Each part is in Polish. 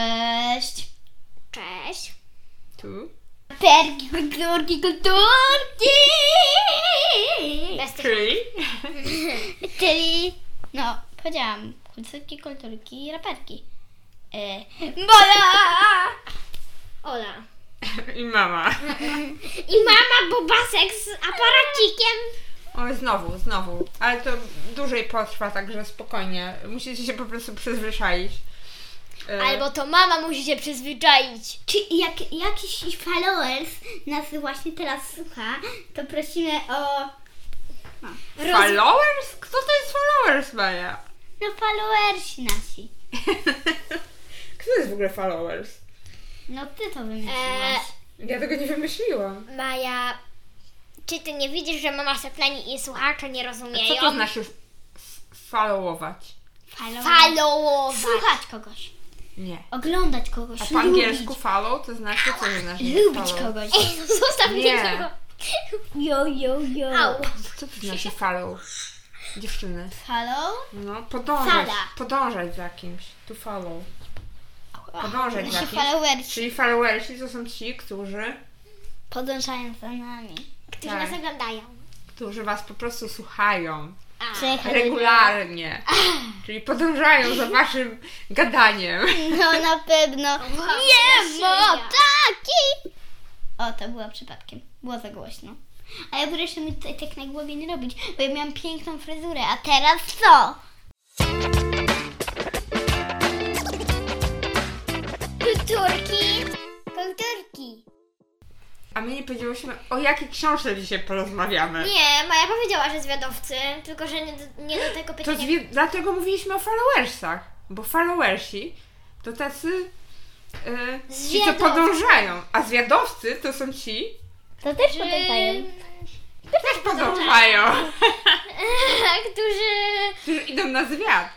Cześć. Cześć. Tu? Perki, kulturki, kulturki! Bez tych Czyli? Czyli, no, powiedziałam, kulturki, kulturki i raperki. E, Bola! Ola. I mama. I mama Bobasek z aparacikiem. Oj, znowu, znowu. Ale to dłużej potrwa, także spokojnie. Musicie się po prostu przyzwyczaić. E, Albo to mama musi się przyzwyczaić. Czy jak jakiś followers nas właśnie teraz słucha, to prosimy o... Roz... Followers? Kto to jest followers, Maja? No, followersi nasi. Kto jest w ogóle followers? No, ty to wymyśliłaś. E, Ja tego nie wymyśliłam. Maja, czy ty nie widzisz, że mama Setnani i słuchacze nie A rozumieją? co to znaczy f- f- followować? Follow- Followować. Słuchać kogoś. Nie. Oglądać kogoś. A po angielsku lubić. follow to znaczy co to znaczy? Lubić follow? kogoś. Ej, no zostaw mnie Nie. tego. Jo, jo, jo. Au. Co to znaczy follow? Dziewczyny. Follow? No, podążać. Fala. Podążać za kimś. To follow. Podążać za Nasi kimś. followersi Czyli followersi to są ci, którzy, podążają za nami. Którzy Tak. nas oglądają. którzy was po prostu słuchają A. regularnie. Czyli podążają za waszym gadaniem. No na pewno. Nie ma taki! O, to była przypadkiem. Było za głośno. A ja proszę mi tutaj tak na głowie nie robić, bo ja miałam piękną fryzurę, a teraz co? Kulturki. Kulturki. A my nie powiedzieliśmy, o jakiej książce dzisiaj porozmawiamy. Nie, Maja powiedziała, że zwiadowcy, tylko że nie do, nie do tego To pytania. zwie- dlatego mówiliśmy o followersach, bo followersi to tacy, e, ci co Zwiadowcy. podążają, a zwiadowcy to są ci, To też Czy- podążają. też podążają, Którzy... którzy idą na zwiat.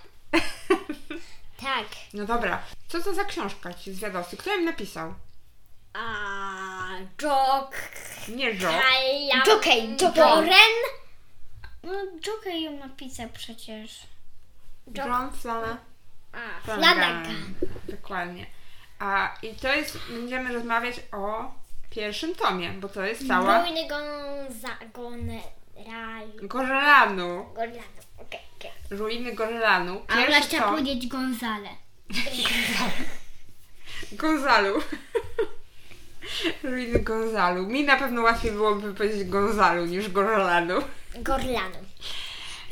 Tak. No dobra, co to za książka ci zwiadowcy? Kto ją napisał? A... Jok... Nie Joe. Kalam... Jokej, Jokej. Doren... No, Joker ją napisał przecież. John Flana. A, Flanagan. Dokładnie. A i to jest, będziemy rozmawiać o pierwszym tomie, bo to jest cała Wojny Gonza... Goneral... Gorzelanu, Gorlana. Okej, okej. ruiny Gorzelanu. A ona Pierwszy chciała tom powiedzieć Gonzale. Gonzalu. ruiny Gonzalu. Mi na pewno łatwiej byłoby powiedzieć Gonzalu niż Gorzelanu. Gorlanu.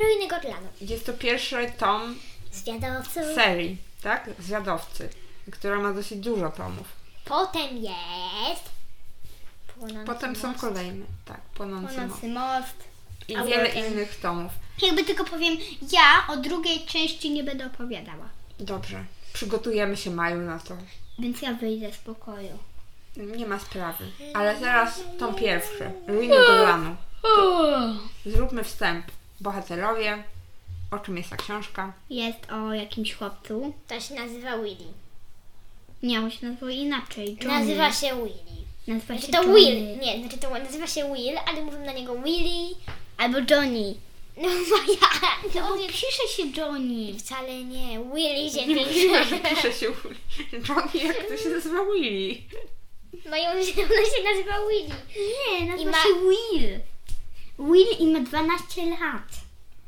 Ruiny Gorlanu. Jest to pierwszy tom Zwiadowców. serii, tak? Zwiadowcy, która ma dosyć dużo tomów. Potem jest... Płonący Potem są most. kolejne, tak, Płonący Most. Północy most. I A wiele potem- innych tomów. Jakby tylko powiem, ja o drugiej części nie będę opowiadała. Dobrze, przygotujemy się Maju na to. Więc ja wyjdę z pokoju. Nie ma sprawy. Ale teraz tą pierwszy. Ruiny Golanu. Zróbmy wstęp. Bohaterowie. O czym jest ta książka? Jest o jakimś chłopcu. To się nazywa Willy. Nie, on się nazywa inaczej. Johnny. Nazywa się Willy. nazywa się Znaczy to Johnny. Will. Nie, znaczy to nazywa się Will, ale mówią na niego Willy. Albo Johnny. No Maja, No no bo nie, pisze się Johnny. wcale nie. Willy się Nie mówiła, że pisze. pisze się Johnny, jak to się nazywa Willy. Mają ona się nazywa Willy. Nie, nazywa I ma- się Will. Will i ma 12 lat.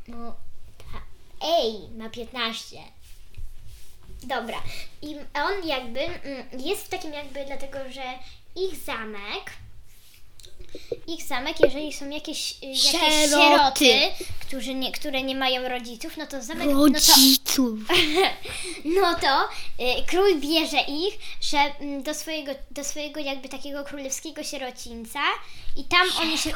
No, ta. Ej, ma 15. Dobra. I on jakby mm, jest w takim jakby dlatego, że ich zamek ich zamek, jeżeli są jakieś, y, jakieś Sieroty. sieroty, którzy nie, które nie mają rodziców, no to zamek, no to Rodziców. No to y, król bierze ich że, mm, do, swojego, do swojego jakby takiego królewskiego sierocińca i tam oni się...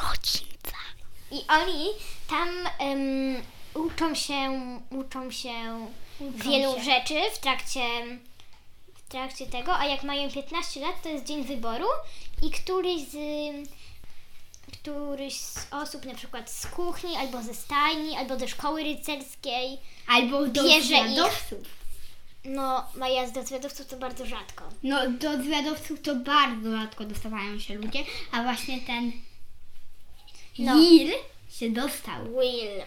I oni tam em, uczą się, uczą się wielu się. rzeczy w trakcie, w trakcie tego, a jak mają 15 lat, to jest dzień wyboru i któryś z, któryś z osób, na przykład z kuchni, albo ze stajni, albo ze szkoły rycerskiej, Albo do Bierze ich. zwiadowców. no Maja z Dozwiadowców to bardzo rzadko. No, do zwiadowców to bardzo rzadko dostawają się ludzie, a właśnie ten No. Will się dostał. Will.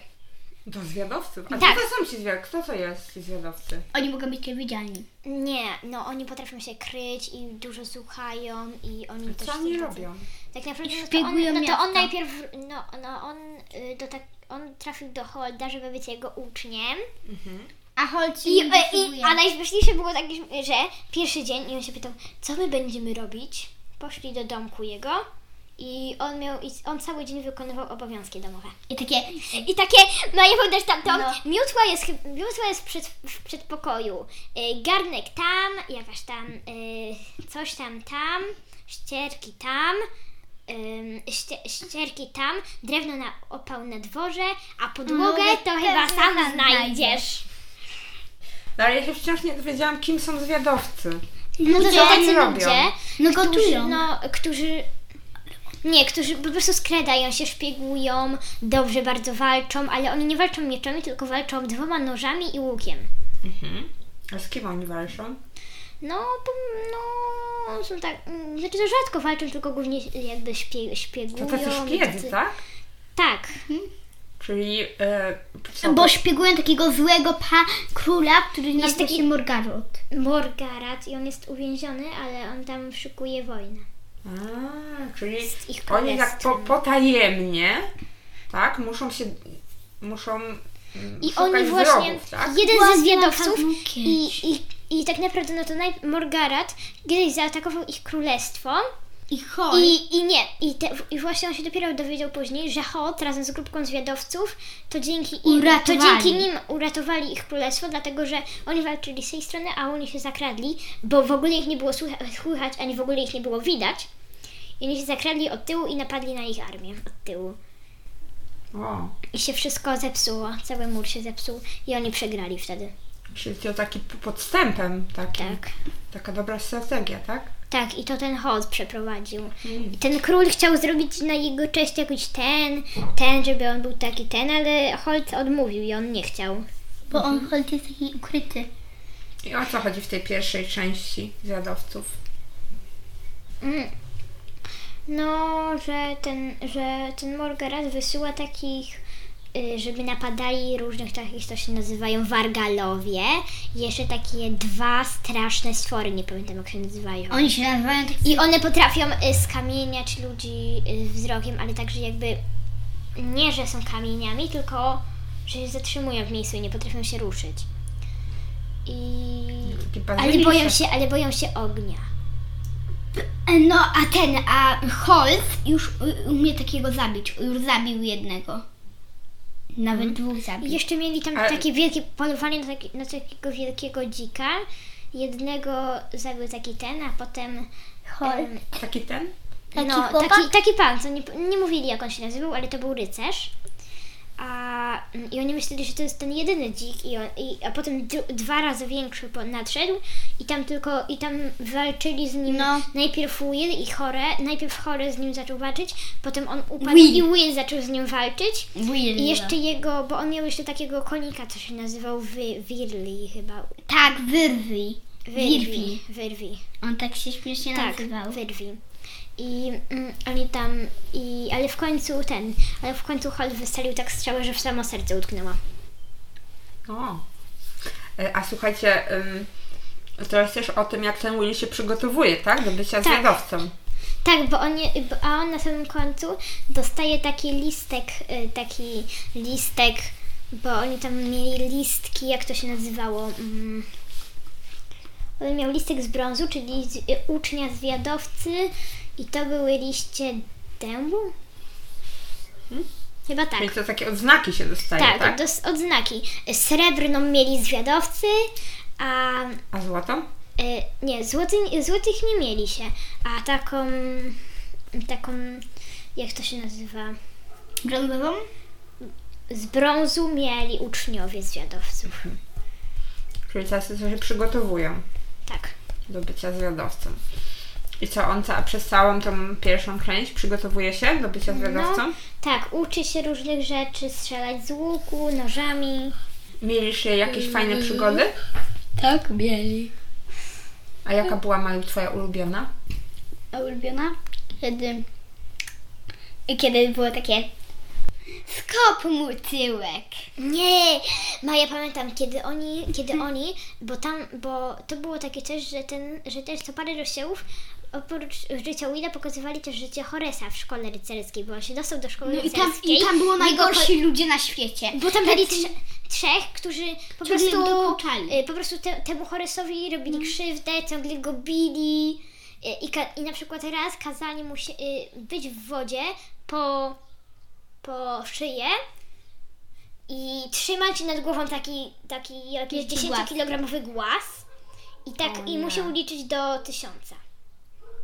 Do zwiadowców? A Tak. tak. to są ci zwiadowcy? Kto to jest ci zwiadowcy? Oni mogą być niewidzialni. Nie, no oni potrafią się kryć i dużo słuchają i oni też... Co oni są tacy- robią? Tak naprawdę, no to Szpiegują on, no to miasto. on najpierw, no, no on, y, do tak, on trafił do Holda, żeby być jego uczniem. A Holt I, y, i, a najśmieszniejsze było takie, że pierwszy dzień i on się pytał, co my będziemy robić? Poszli do domku jego i on miał, i on cały dzień wykonywał obowiązki domowe. I takie, I takie, no ja powiem też tamtą, No. miótła jest, chyb- miótła jest przed, w przedpokoju, y, garnek tam, jakaś tam, y, coś tam tam, ścierki tam, ym, ście, ścierki tam, drewno na opał na dworze, a podłogę No, to pewnie chyba sama znajdziesz. znajdziesz. No ale ja się wciąż nie dowiedziałam, kim są zwiadowcy. no To to są co tacy oni robią? ludzie, no którzy, gotują. no, którzy, nie, którzy po prostu skradają się, szpiegują, dobrze bardzo walczą, ale oni nie walczą mieczami, tylko walczą dwoma nożami i łukiem. A z kim oni walczą? No, po, no, są tak, mm, znaczy to rzadko walczą, tylko głównie jakby śpie, To szpiegują. tacy i szpiedzy, tak? Tak. Czyli... E, co, Bo szpiegują takiego złego pa króla, który nazywa taki- się Morgarot. Morgarat i on jest uwięziony, ale on tam szykuje wojnę. A, czyli Z ich oni tak królestwem. po, potajemnie, tak, muszą się, muszą mm, I szukać oni właśnie, wrogów, tak? jeden ze Własnym zwiadowców kadłubkiem. i, i, i tak naprawdę no to naj, Morgarat kiedyś zaatakował ich królestwo I Holt. i, i nie, i, te, i właśnie on się dopiero dowiedział później, że Hot razem z grupką zwiadowców to dzięki, im, to Uratowali. dzięki nim uratowali ich królestwo, dlatego że oni walczyli z tej strony, a oni się zakradli, bo w ogóle ich nie było słycha- słychać, ani w ogóle ich nie było widać. I oni się zakradli od tyłu i napadli na ich armię od tyłu. O, I się wszystko zepsuło, cały mur się zepsuł i oni przegrali wtedy. czyli to taki p- podstępem, taki, Tak. taka dobra strategia, tak? Tak, i to ten Holt przeprowadził. I ten król chciał zrobić na jego cześć jakiś ten, ten, żeby on był taki ten, ale Holt odmówił i on nie chciał. Bo on Holt jest taki ukryty. I o co chodzi w tej pierwszej części zwiadowców? Mm. No, że ten, że ten Morgarat wysyła takich, y, żeby napadali różnych takich, co się nazywają wargalowie. Jeszcze takie dwa straszne stwory, nie pamiętam jak się nazywają. Oni się nazywają tak... I one potrafią y, skamieniać ludzi y, wzrokiem, ale także jakby nie, że są kamieniami, tylko że się zatrzymują w miejscu i nie potrafią się ruszyć. I... Taki Ale boją bazyliszek. się, ale boją się ognia. No, a ten, a Holt już u- umie takiego zabić. Już zabił jednego. Nawet dwóch I zabił. Mhm. jeszcze mieli tam Ale- takie wielkie polowanie na, taki, na takiego wielkiego dzika. Jednego zabił taki ten, a potem... em, Taki ten? Taki no, chłopak? taki, taki pan, co nie, nie mówili jak on się nazywał, ale to był rycerz. A, mm, I oni myśleli, że to jest ten jedyny dzik, i on, i, a potem dru, dwa razy większy po- nadszedł i tam tylko, i tam walczyli z nim No. najpierw Will i Chore, najpierw Chore z nim zaczął walczyć, potem on upadł Will. i Will zaczął z nim walczyć. Will. I jeszcze jego, bo on miał jeszcze takiego konika, co się nazywał wy, Wirli chyba. Tak, wyrwi. Wirwi. Wirwi. On tak się śmiesznie Tak, nazywał. wyrwi. I mm, oni tam, i, ale w końcu ten, ale w końcu Holt wystrzelił tak strzałę, że w samo serce utknęła. O. E, A słuchajcie, ym, to jest też o tym, jak ten Will się przygotowuje, tak? Do bycia Tak. zwiadowcą. Tak, bo on, je- bo- a on na samym końcu dostaje taki listek, y, taki listek, bo oni tam mieli listki, jak to się nazywało? Mm. On miał listek z brązu, czyli z, y, ucznia zwiadowcy i to były liście dębu? Chyba tak. Czyli to takie odznaki się dostaje, tak? Tak, Dos, odznaki. Srebrną mieli zwiadowcy, a A złotą? y, nie, złoty, złotych nie mieli się, a taką, taką, jak to się nazywa, Brązową? z brązu mieli uczniowie zwiadowców. Czyli tacy, co się przygotowują Tak. do bycia zwiadowcą. I co, on ca- przez całą tą pierwszą część przygotowuje się do bycia zwiadowcą? Tak, uczy się różnych rzeczy, strzelać z łuku, nożami. Mieliście jakieś fajne przygody? Tak, mieli. A jaka była Maju twoja ulubiona? A ulubiona? Kiedy... Kiedy było takie... Skop mu tyłek. Nie, ma ja pamiętam, kiedy oni, kiedy Mhm. oni, bo tam, bo to było takie też, że ten, że też co parę rozdziałów oprócz życia Willa pokazywali też życie Horesa w szkole rycerskiej, bo on się dostał do szkoły No i tam, rycerskiej. i tam było Jego najgorsi ludzie na świecie. ko- Bo tam byli trze- trzech, którzy po Ciągle im prostu, dokuczali. y, po prostu te, temu Horesowi robili No. krzywdę, ciągle go bili y, i, ka- i na przykład raz kazali mu się, y, być w wodzie po, po szyję i trzymać nad głową taki, taki jakiś Wielki 10-kilogramowy głaz i tak O i nie. musiał liczyć do tysiąca.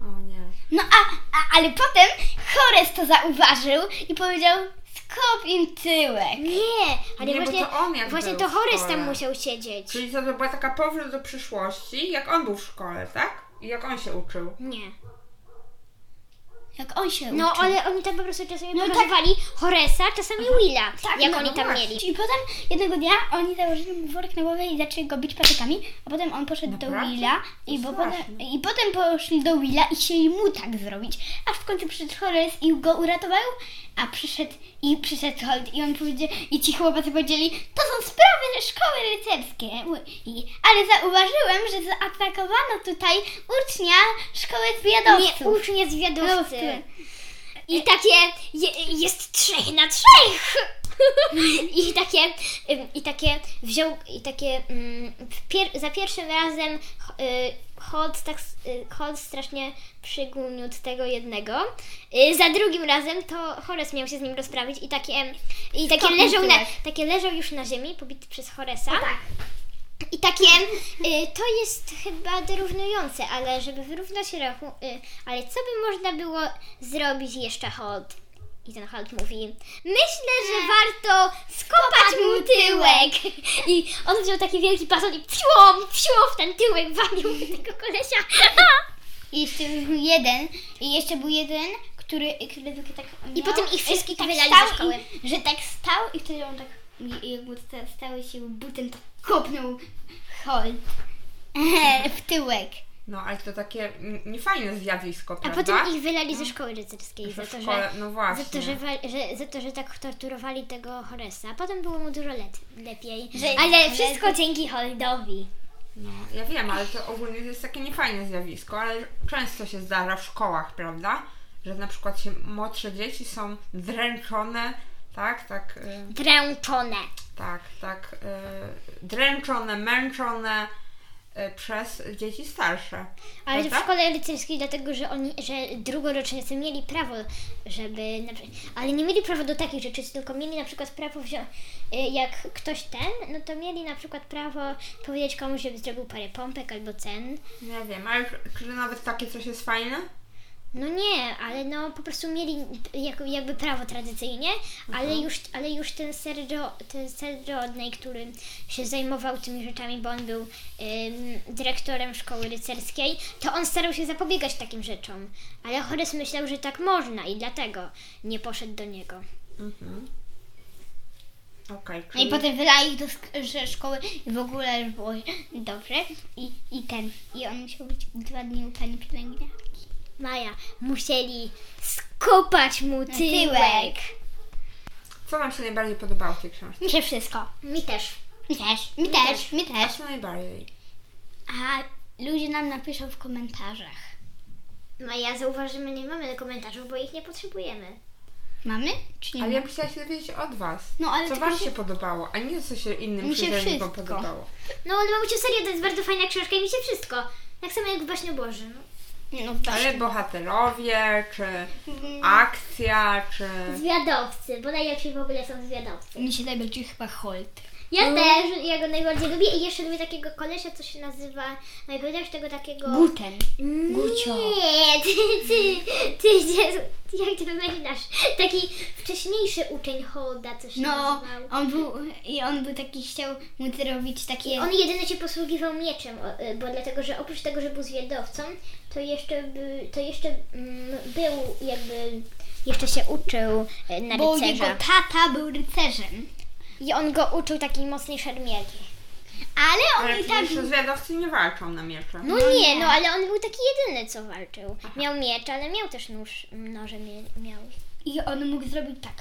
O nie. No a, a ale potem Chores to zauważył i powiedział skop im tyłek. Nie, ale Nie, bo właśnie, to on jak właśnie był to w Horys szkole. tam musiał siedzieć. Czyli to, to była taka powrót do przyszłości, jak on był w szkole, tak? I jak on się uczył. Nie. Jak on się No, uczył. ale oni tam po prostu czasami No tak. pokazywali Horesa, czasami Willa, Tak, jak no, oni no tam właśnie. mieli. I potem jednego dnia oni założyli mu worek na głowę i zaczęli go bić patykami, a potem on poszedł do Naprawdę? Willa i, bo Straszne. potem, i potem poszli do Willa i chcieli mu tak zrobić, aż w końcu przyszedł Horace i go uratował, a przyszedł i przyszedł Holt i on powiedział, i ci chłopacy powiedzieli, to są sprawy szkoły rycerskie, I, ale zauważyłem, że zaatakowano tutaj ucznia szkoły zwiadowców. Nie, ucznie Zwiadowcy. zwiadowcy. I takie, je, jest trzech na trzech! I takie, ym, i takie wziął, i takie ym, w pier, za pierwszym razem y, Holt tak, s- y, Holt strasznie przygłóniódł tego jednego. Y, za drugim razem to Horace miał się z nim rozprawić i takie, em, i takie Skopnij leżał, na, tyle. takie leżał już na ziemi, pobity przez Horesa. tak. I takie, y, to jest chyba dorównujące, ale żeby wyrównać rachu, y, ale co by można było zrobić jeszcze Holt? I ten Holt mówi, myślę, że warto Tak. skopać mu tyłek. I on wziął taki wielki baton i psiłom, psiłom w ten tyłek walił tego kolesia. I jeszcze był jeden, i jeszcze był jeden, który, który tylko tak I miał, potem ich wszystkich tak wylali stał ze szkoły. I, że tak stał i wtedy on tak i- i jakby sta- stały się butem, tak kopnął Holt w tyłek. No, ale to takie n- niefajne zjawisko, A prawda? potem ich wylali ze szkoły rycerskiej za Że w to, szkole, że... no właśnie. Za to, że, wa- że, za to, że tak torturowali tego Horesa. Potem było mu dużo let- lepiej. Że- ale wszystko dzięki Holdowi. No, ja wiem, ale to ogólnie to jest takie niefajne zjawisko, ale często się zdarza w szkołach, prawda? Że na przykład się młodsze dzieci są dręczone, tak, tak, y, Dręczone. tak, tak, y, dręczone, męczone y, przez dzieci starsze. Ale w prawda? szkole rycerskiej dlatego, że oni, że drugorocznicy mieli prawo, żeby, na, przy- ale nie mieli prawa do takich rzeczy, tylko mieli na przykład prawo wziąć, jak ktoś ten, no to mieli na przykład prawo powiedzieć komuś, żeby zrobił parę pompek albo cen. Nie No wiem, ale czy- czy nawet takie coś jest fajne? No nie, ale no po prostu mieli jak, jakby prawo tradycyjnie, ale już, ale już ten Sergio, ten Sergio Odnej, który się zajmował tymi rzeczami, bo on był ym, dyrektorem szkoły rycerskiej, to on starał się zapobiegać takim rzeczom. Ale Horace myślał, że tak można i dlatego nie poszedł do niego. Mhm. Okej, No i czyli... potem wylali ich do sk- że szkoły i w ogóle już było dobrze. I, i ten, i on musiał być dwa dni u pani pielęgniarki. Maja, musieli skopać mu tyłek. Tyłek. Co Wam się najbardziej podobało w tej książce? Mi się wszystko. Mi też. Mi też, mi też, mi też. Co najbardziej? Mhm. A ludzie nam napiszą w komentarzach. Maja, zauważymy, nie mamy komentarzów, bo ich nie potrzebujemy. Mamy? Czy nie Ale ja mamy? bym chciała się dowiedzieć od Was. No, ale co tylko Wam się- się podobało, a nie co się innym Mi się czytelnikom wszystko. podobało. No, ale mamusiu, serio, to jest bardzo fajna książka i wiecie wszystko. Tak samo jak w Baśniu Bożym. Nie, no Ale właśnie. bohaterowie, czy Mhm. akcja, czy... Zwiadowcy, bo najlepsi w ogóle są zwiadowcy. No. Mi się najbardziej chyba Holt. Ja też, ja go najbardziej lubię i jeszcze lubię takiego kolesia, co się nazywa, najpierw tego takiego... Mm. Guten. Gucio. Nie, ty, ty, ty, Jezu, jak ty wymieniasz? Taki wcześniejszy uczeń Holda, co się No, nazywał. on był i on był taki chciał mu zrobić takie On jedyny się posługiwał mieczem, o, y, bo dlatego, że oprócz tego, że był zwiadowcą, to jeszcze, by, to jeszcze mm, był jakby, jeszcze się uczył y, na bo jego rycerza. tata był rycerzem. I on go uczył takiej mocnej szermierki. Ale on Ale i tak przecież zwiadowcy nie walczą na miecze. No, No nie, nie. no ale on był taki jedyny, co walczył. Miał miecz, ale miał też nóż, noże mie- miał. i on mógł zrobić tak.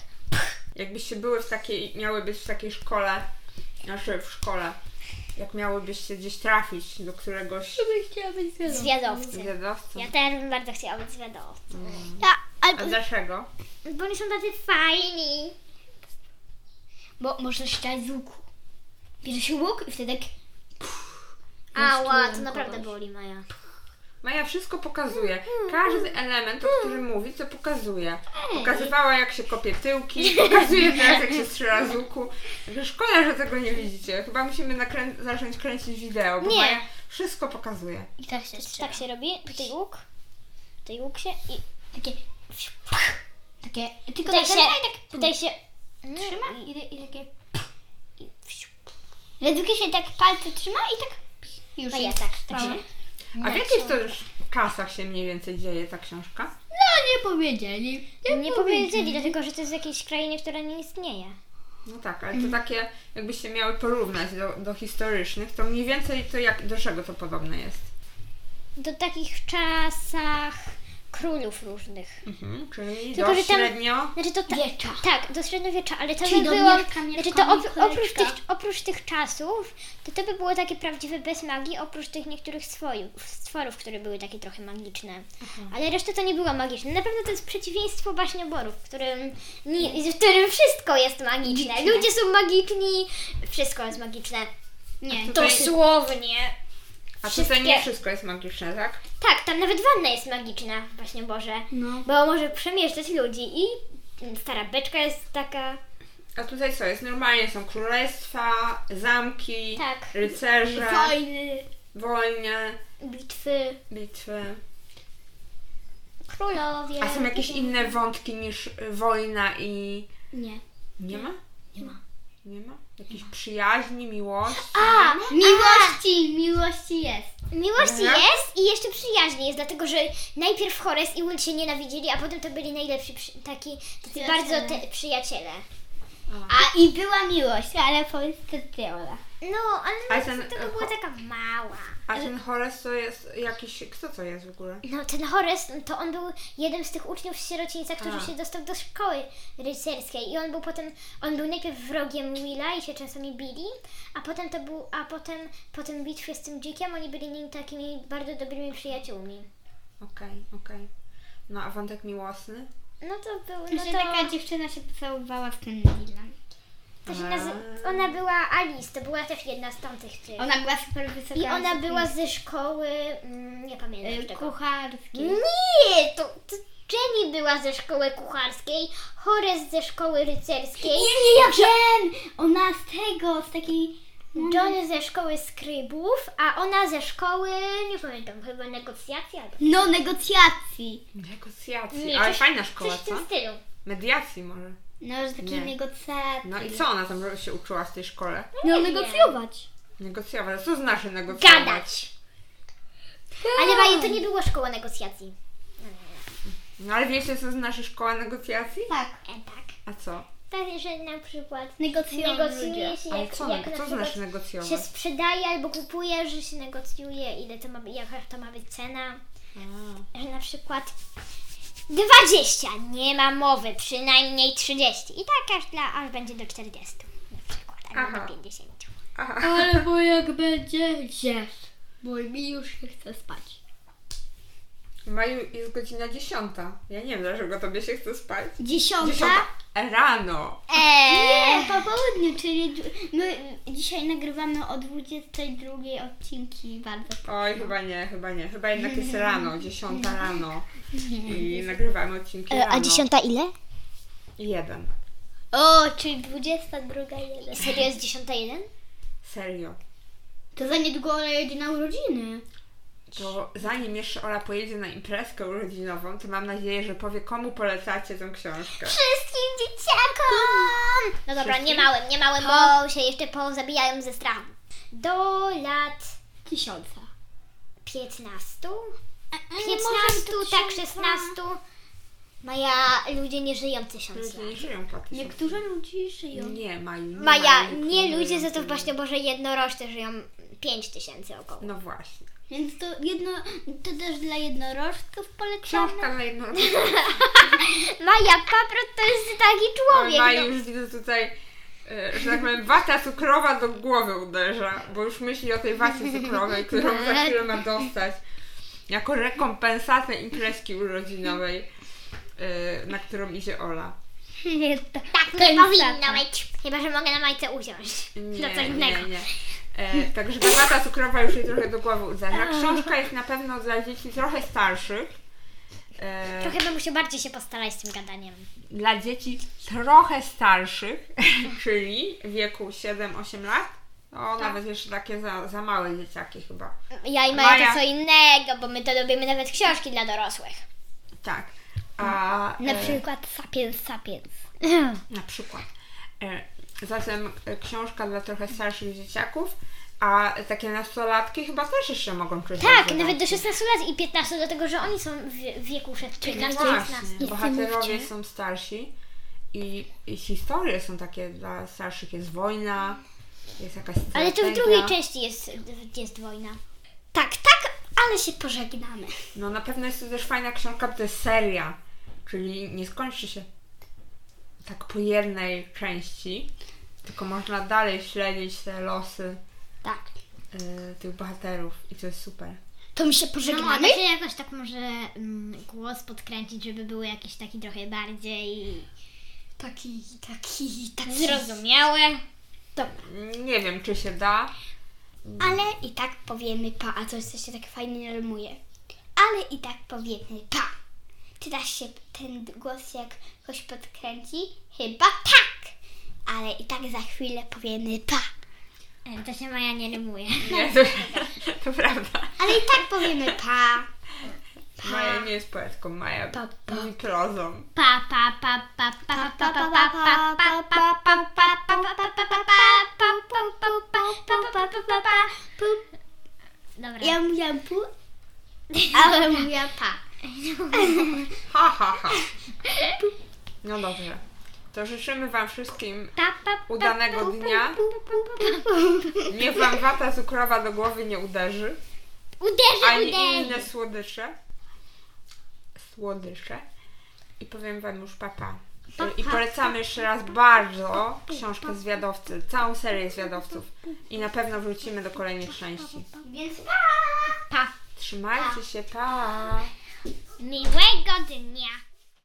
jakbyście były w takiej, miały być w takiej szkole, znaczy w szkole, jak miałybyście gdzieś trafić do któregoś No chciała być No. Zwiadowcy. zwiadowcy. Ja też bym bardzo chciała być zwiadowcą. Ja, A albo, dlaczego? Bo oni są tacy fajni. bo można strzelać z łuku. Bierze się łuk i wtedy tak... Ała, to Kogoś. naprawdę boli Maja. Maja wszystko pokazuje. Każdy element, o którym mówi, to pokazuje. Pokazywała, jak się kopie tyłki, pokazuje teraz, jak się strzela z łuku. Także Szkoda, że tego nie widzicie. Chyba musimy nakrę- zacząć kręcić wideo, bo Nie. Maja wszystko pokazuje. I tak się strzela. Tak się robi, tutaj łuk, tutaj łuk się i Takie... Takie... Tylko tutaj tak się, tutaj się, trzyma No i, i, i takie... I wsiu. Ledwie się tak palce trzyma i tak... Już Maja jest. tak, tak się. Mamy. A w jakich to już czasach się mniej więcej dzieje ta książka? No nie powiedzieli. No Nie powiedzieli, dlatego że to jest z jakiejś krainy, która nie istnieje. No tak, ale Mm. to takie, jakbyście miały porównać do, do historycznych, to mniej więcej to jak, do czego to podobne jest? Do takich czasach królów różnych. Mhm. Czyli Tylko, do że tam- średnio... Znaczy to ta, Wiecza. tak, do średniowiecza, ale to Czyli by do było. Mirka, Mirka, znaczy to op, Mirkoleczka. oprócz, tych, oprócz tych czasów, to to by było takie prawdziwe bez magii, oprócz tych niektórych swojów, stworów, które były takie trochę magiczne. Ale reszta to nie była magiczna. Na pewno to jest przeciwieństwo baśnioborów, w którym, nie, w którym wszystko jest magiczne. Ludzie są magiczni, wszystko jest magiczne. Nie. Tutaj- Dosłownie. A tutaj nie wszystkie- wszystko jest magiczne, tak? Tak, tam nawet wanna jest magiczna, właśnie Boże. No. Bo może przemieszczać ludzi i mm, stara beczka jest taka. A tutaj co jest? Normalnie są królestwa, zamki, Tak. rycerze, Wojny, wojny, bitwy, bitwy. królowie. A są jakieś inne wątki niż y, wojna i... Nie. Nie ma? Nie ma. Nie ma? Jakiejś przyjaźni, miłości? A, Miłości, miłości jest. miłość Aha. jest i jeszcze przyjaźnie jest, dlatego że najpierw Horace i Will się nienawidzili, a potem to byli najlepsi przy, taki, tacy Przyjaciele. bardzo te, przyjaciele. A i była miłość, ale powiedz co ty, Ola. No, ale Ale no, ten- tylko była taka mała. A ten Horace to jest jakiś... Kto to jest w ogóle? No, ten Horace, to on był jeden z tych uczniów z sierocińca, który A. się dostał do szkoły rycerskiej i on był potem, on był najpierw wrogiem Willa i się czasami bili, a potem to był, a potem po tym bitwie z tym dzikiem oni byli nim takimi bardzo dobrymi przyjaciółmi. Okej, okej. No a wątek miłosny? No to był, No no że to, taka dziewczyna się pocałowała z tym Dylan. to się nazy- ona była Alice, to była też jedna z tamtych tych. Ona była super wysoka. I ona z- była ze szkoły, mm, nie pamiętam y, tego. kucharskiej. Nie, to, to Jenny była ze szkoły kucharskiej, Horace ze szkoły rycerskiej. nie, ja wiem! Ona z tego, z takiej... John ze szkoły skrybów, a ona ze szkoły, nie pamiętam, chyba negocjacji albo No, negocjacji. Negocjacji. Nie, Ale coś- fajna szkoła, coś w co? tym stylu. Mediacji może. No, że takiej Nie. negocjacji. No i co ona tam się uczyła w tej szkole? No, Nie negocjować. Negocjować. Co znaczy negocjować? Gadać. Ale Maja, to nie była szkoła negocjacji. No ale wiecie, co znaczy szkoła negocjacji? Tak. E, tak. A co? Tak, że na przykład Negocjują negocjuje ludzie. się, Ale jak, co, jak neg- na co znaczy przykład się negocjować? sprzedaje albo kupuje, że się negocjuje, ile to ma być, jaka to ma być cena. A, że na przykład 20, nie ma mowy, przynajmniej 30. I tak aż, dla, aż będzie do 40 na przykład, albo Aha. do 50. Aha. Ale bo jak będzie ziew, bo mi już się chce spać. W maju jest godzina dziesiąta. Ja nie wiem, dlaczego tobie się chce spać. Dziesiąta? Dziesiąta rano. Eee, Nie, po południu, czyli dwu- my dzisiaj nagrywamy o 22 odcinki bardzo. Oj, chyba nie, chyba nie. Chyba jednak jest rano, dziesiąta rano. I nagrywamy odcinki E, rano. ile? Jeden. O, czyli 22 jeden. Serio jest 10.01? Serio. To za niedługo Ola jedzie na urodziny. To zanim jeszcze Ola pojedzie na imprezkę urodzinową, to mam nadzieję, że powie komu polecacie tą książkę. Wszystkim dzieciakom! No dobra, nie małym, nie małym, bo się jeszcze pozabijają ze strachu. Do lat Tysiąca. 15? nie 15, możemy do tak, 16. tysiąca. Maja, ludzie nie żyją tysiąc Ludzie lat. nie żyją po tysiącu. Niektórzy ludzie żyją. Nie, Maju. nie Maja, Maju, nie Maju, ludzie za to Maju. właśnie Boże jednorożce żyją 5 tysięcy około. No właśnie. Więc to jedno, to też dla jednorożców polecamy. Książka dla jednego. Maja Paprot to jest taki człowiek. Ma no. już widzę tutaj, e, że tak powiem, wata cukrowa do głowy uderza, bo już myśli o tej wacie cukrowej, którą za chwilę ma dostać jako rekompensatę imprezki urodzinowej, e, na którą idzie Ola. No, Jest to Tak nie pensata. powinno być. Chyba, że mogę na Majce usiąść. Nie, do coś Nie, innego. nie. E, także ta wata cukrowa już jej trochę do głowy uderza. Książka jest na pewno dla dzieci trochę starszych. E, Trochę bym musiał bardziej się postarać z tym gadaniem. Dla dzieci trochę starszych, czyli w wieku 7-8 lat. O, Tak. nawet jeszcze takie za, za małe dzieciaki chyba. Ja i Maja, Maja. to co innego, bo my to robimy nawet książki dla dorosłych. Tak. A, Na e, przykład Sapiens Sapiens. Na przykład. E, Zatem e, książka dla trochę starszych dzieciaków, a takie nastolatki chyba też jeszcze mogą czytać. Tak, zabawki. nawet do 16 lat i 15, dlatego że oni są w wieku 14 No 15 właśnie, bohaterowie są starsi i, i historie są takie dla starszych. Jest wojna, jest jakaś Ale to w strategia. drugiej części jest, jest wojna. Tak, tak, ale się pożegnamy. No na pewno jest to też fajna książka, bo to jest seria, czyli nie skończy się tak po jednej części, tylko można dalej śledzić te losy Tak. y, tych bohaterów i to jest super. To mi się No, a pożegnamy? da się jakoś tak może mm, głos podkręcić, żeby był jakiś taki trochę bardziej Taki, taki, taki. zrozumiały. Nie wiem, czy się da. Ale i tak powiemy pa, a coś co się tak fajnie rymuje. Ale i tak powiemy pa. Czy da się ten głos jakoś podkręci? Chyba tak. Ale i tak za chwilę powiemy pa. E, To się Maja nie rymuje. Nie, to, to prawda. Ale i tak powiemy pa. Maja nie jest poetką, Maja Pa, pa. mówi prozą. Pa, pa, pa, pa, pa, pa, pa, pa, pa, pa, pa, pa, pa, pa, pa, pa, pa, pa, pa, pa, pa, pa, pa, pa, pa, pa, pa. Dobra. Ja mówiłam pu, ale mówiłam pa. Ha, ha, ha. No dobrze. To życzymy Wam wszystkim Pa, pa, pa, udanego dnia. Niech Wam wata cukrowa do głowy nie uderzy, Uderzę, ani uderzę. inne słodycze. Słodycze. I powiem Wam już papa. I polecamy jeszcze raz bardzo książkę Zwiadowcy, całą serię Zwiadowców. I na pewno wrócimy do kolejnych części. Więc pa. Pa. Trzymajcie się, pa! Miłego dnia.